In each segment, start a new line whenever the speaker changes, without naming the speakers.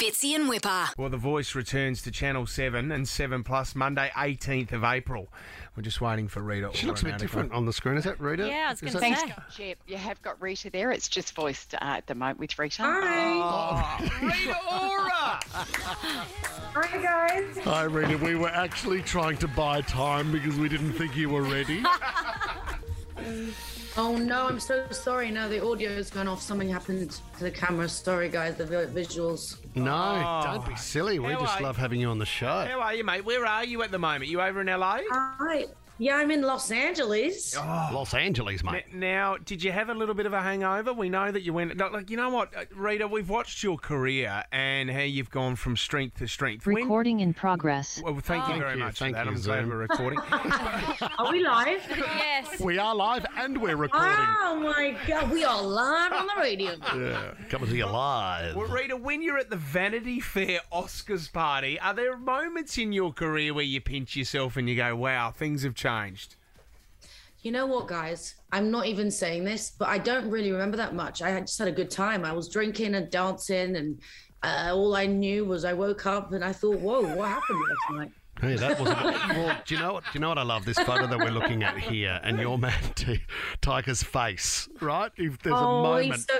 Fitzy and Whipper.
Well, The Voice returns to Channel 7 and 7 Plus Monday, 18th of April. We're just waiting for Rita.
She looks a bit different on the screen. Is that Rita?
Yeah, I was
Is
going
that-
to say.
Yep, you have got Rita there. It's just voiced uh, at the moment with Rita.
Oh, Rita Ora!
Hi guys.
Hi, Rita. We were actually trying to buy time because we didn't think you were ready.
Oh no, I'm so sorry. No, the audio's gone off. Something happened to the camera. Sorry, guys. The vi- visuals.
no, don't be silly. We
How
just
are-
love having you on the show.
How are you, mate? Where are you at the moment? You over in LA?
Uh,
Hi. Yeah, I'm in Los Angeles.
Los Angeles,
N-
mate.
Now, did you have a little bit of a hangover? We know that you went. no, Like, you know what, uh, Rita? We've watched your career and how you've gone from strength to strength. When-
Recording in progress.
well, thank you
Thank
very
you,
much
thank
for that.
you,
I'm glad
Zoom.
we're recording.
Are we live?
Yes.
We are live and we're recording.
Oh my god, we are live on the radio.
Yeah, coming to you live.
well, Rita, when you're at the Vanity Fair Oscars party, are there moments in your career where you pinch yourself and you go, wow, things have changed?
You know what, guys? I'm not even saying this, but I don't really remember that much. I had- just had a good time. I was drinking and dancing, and uh, all I knew was I woke up and I thought, "Whoa, what happened last night?"
Hey, that wasn't. well, do you know what? Do you know what I love? This photo that we're looking at here, and your man T- Tiger's face, right? If there's a
oh,
moment,
he's so,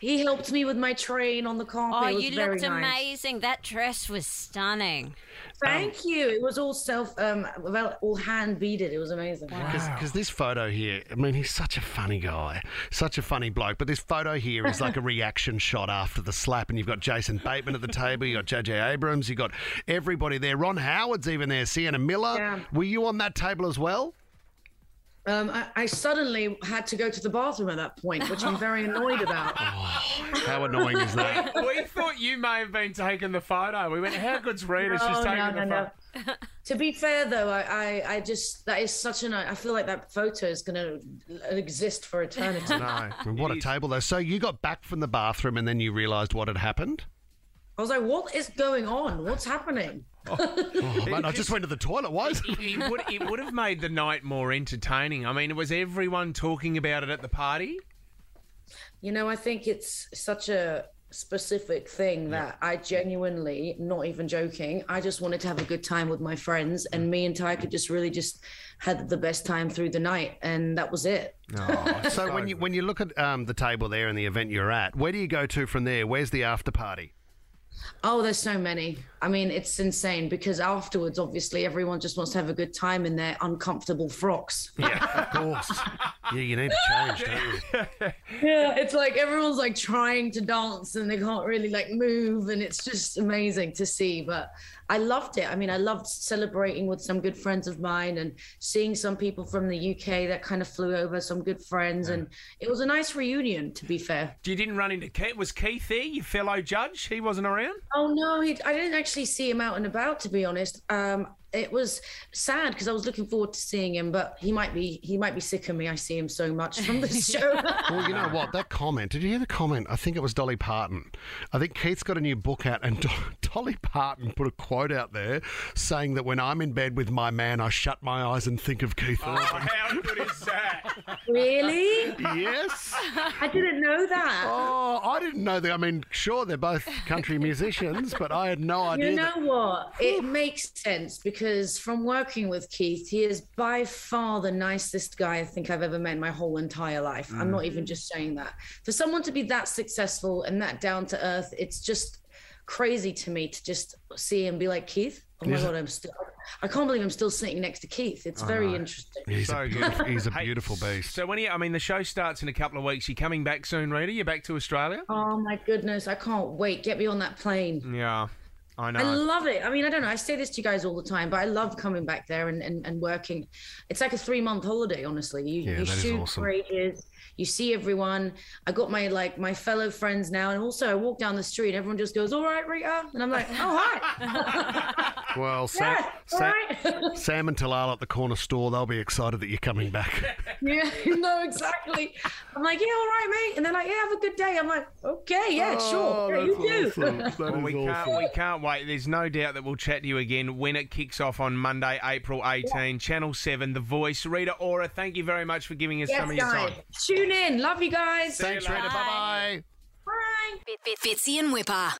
he helped me with my train on the
Oh,
carpet. it was
you
very
looked
nice.
amazing. That dress was stunning.
Thank you. It was all self, um, well, all hand beaded. It was amazing.
because this photo here, I mean, he's such a funny guy, such a funny bloke. But this photo here is like a reaction shot after the slap, and you've got Jason Bateman at the table, you have got JJ Abrams, you have got everybody there. Ron Howard's even there, Sienna Miller.
Yeah.
Were you on that table as well?
Um, I, I suddenly had to go to the bathroom at that point, which I'm very annoyed about.
How annoying is that?
we thought you may have been taking the photo. We went, how good's Rita? She's
No,
taking
no,
the
no,
photo.
no. to be fair, though, I, I, I just that is such an. I feel like that photo is going to exist for eternity.
No, what a table though. So you got back from the bathroom, and then you realised what had happened.
I was like, what is going on? What's happening?
Oh, mate, I just went to the toilet. Why is it?
It would, it would have made the night more entertaining. I mean, was everyone talking about it at the party?
You know, I think it's such a specific thing that I genuinely, not even joking, I just wanted to have a good time with my friends, and me and Tyker just really just had the best time through the night, and that was it.
So when you when you look at um, the table there and the event you're at, where do you go to from there? Where's the after party?
Oh, there's so many. I mean, it's insane because afterwards, obviously, everyone just wants to have a good time in their uncomfortable frocks.
Yeah, of course. yeah, you need to change, don't you?
Yeah, it's like everyone's like trying to dance and they can't really like move, and it's just amazing to see. But I loved it. I mean, I loved celebrating with some good friends of mine and seeing some people from the UK that kind of flew over, some good friends, and it was a nice reunion. To be fair.
You didn't run into Keith. Was Keith there, your fellow judge? He wasn't around?
Oh no, he, I didn't actually see him out and about. To be honest, um, it was sad because I was looking forward to seeing him, but he might be he might be sick of me. I see him so much from this show.
Well, you know what? That comment. Did you hear the comment? I think it was Dolly Parton. I think Keith's got a new book out, and Do- Dolly Parton put a quote out there saying that when I'm in bed with my man, I shut my eyes and think of Keith. Urban.
how good is that?
really?
Yes.
I didn't know that.
Oh, I didn't know that. I mean, sure, they're both country musicians, but I had no idea.
You
that-
know what? It makes sense because from working with Keith, he is by far the nicest guy I think I've ever met in my whole entire life. I'm not even just saying that. For someone to be that successful and that down to earth, it's just crazy to me to just see him be like Keith. Oh my
Yes.
god, I'm still I can't believe I'm still sitting next to Keith. It's very interesting.
He's,
So
a
good.
beautiful, he's a
Hey,
beautiful beast.
So when you, I mean, the show starts in a couple of weeks. You coming back soon, Rita? You back to Australia?
Oh my goodness, I can't wait. Get me on that plane.
Yeah, I know.
I love it. I mean, I don't know. I say this to you guys all the time, but I love coming back there and, and, and working. It's like a three month holiday, honestly. You,
Yeah,
you
that is
shoot
awesome.
for ages, you see everyone. I got my like my fellow friends now, and also I walk down the street, and everyone just goes, "All right, Rita," and I'm like, "Oh hi,
Well, Sam,
all
Sam,
right."
Sam and Talal at the corner store, they'll be excited that you're coming back.
yeah, no, exactly. I'm like, "Yeah, all right, mate," and they're like, "Yeah, have a good day." I'm like, "Okay, yeah,
Oh,
sure, yeah, you do."
Well, we can't, we can't wait. There's no doubt that we'll chat to you again when it kicks off on Monday, April 18, Channel 7, The Voice. Rita Ora, thank you very much for giving us some of
yes,
your
guys.
time.
Tune in. Love you guys.
Thanks, Rita. Bye bye.
Bye.
Fit- Fit- Fitzy and Whipper.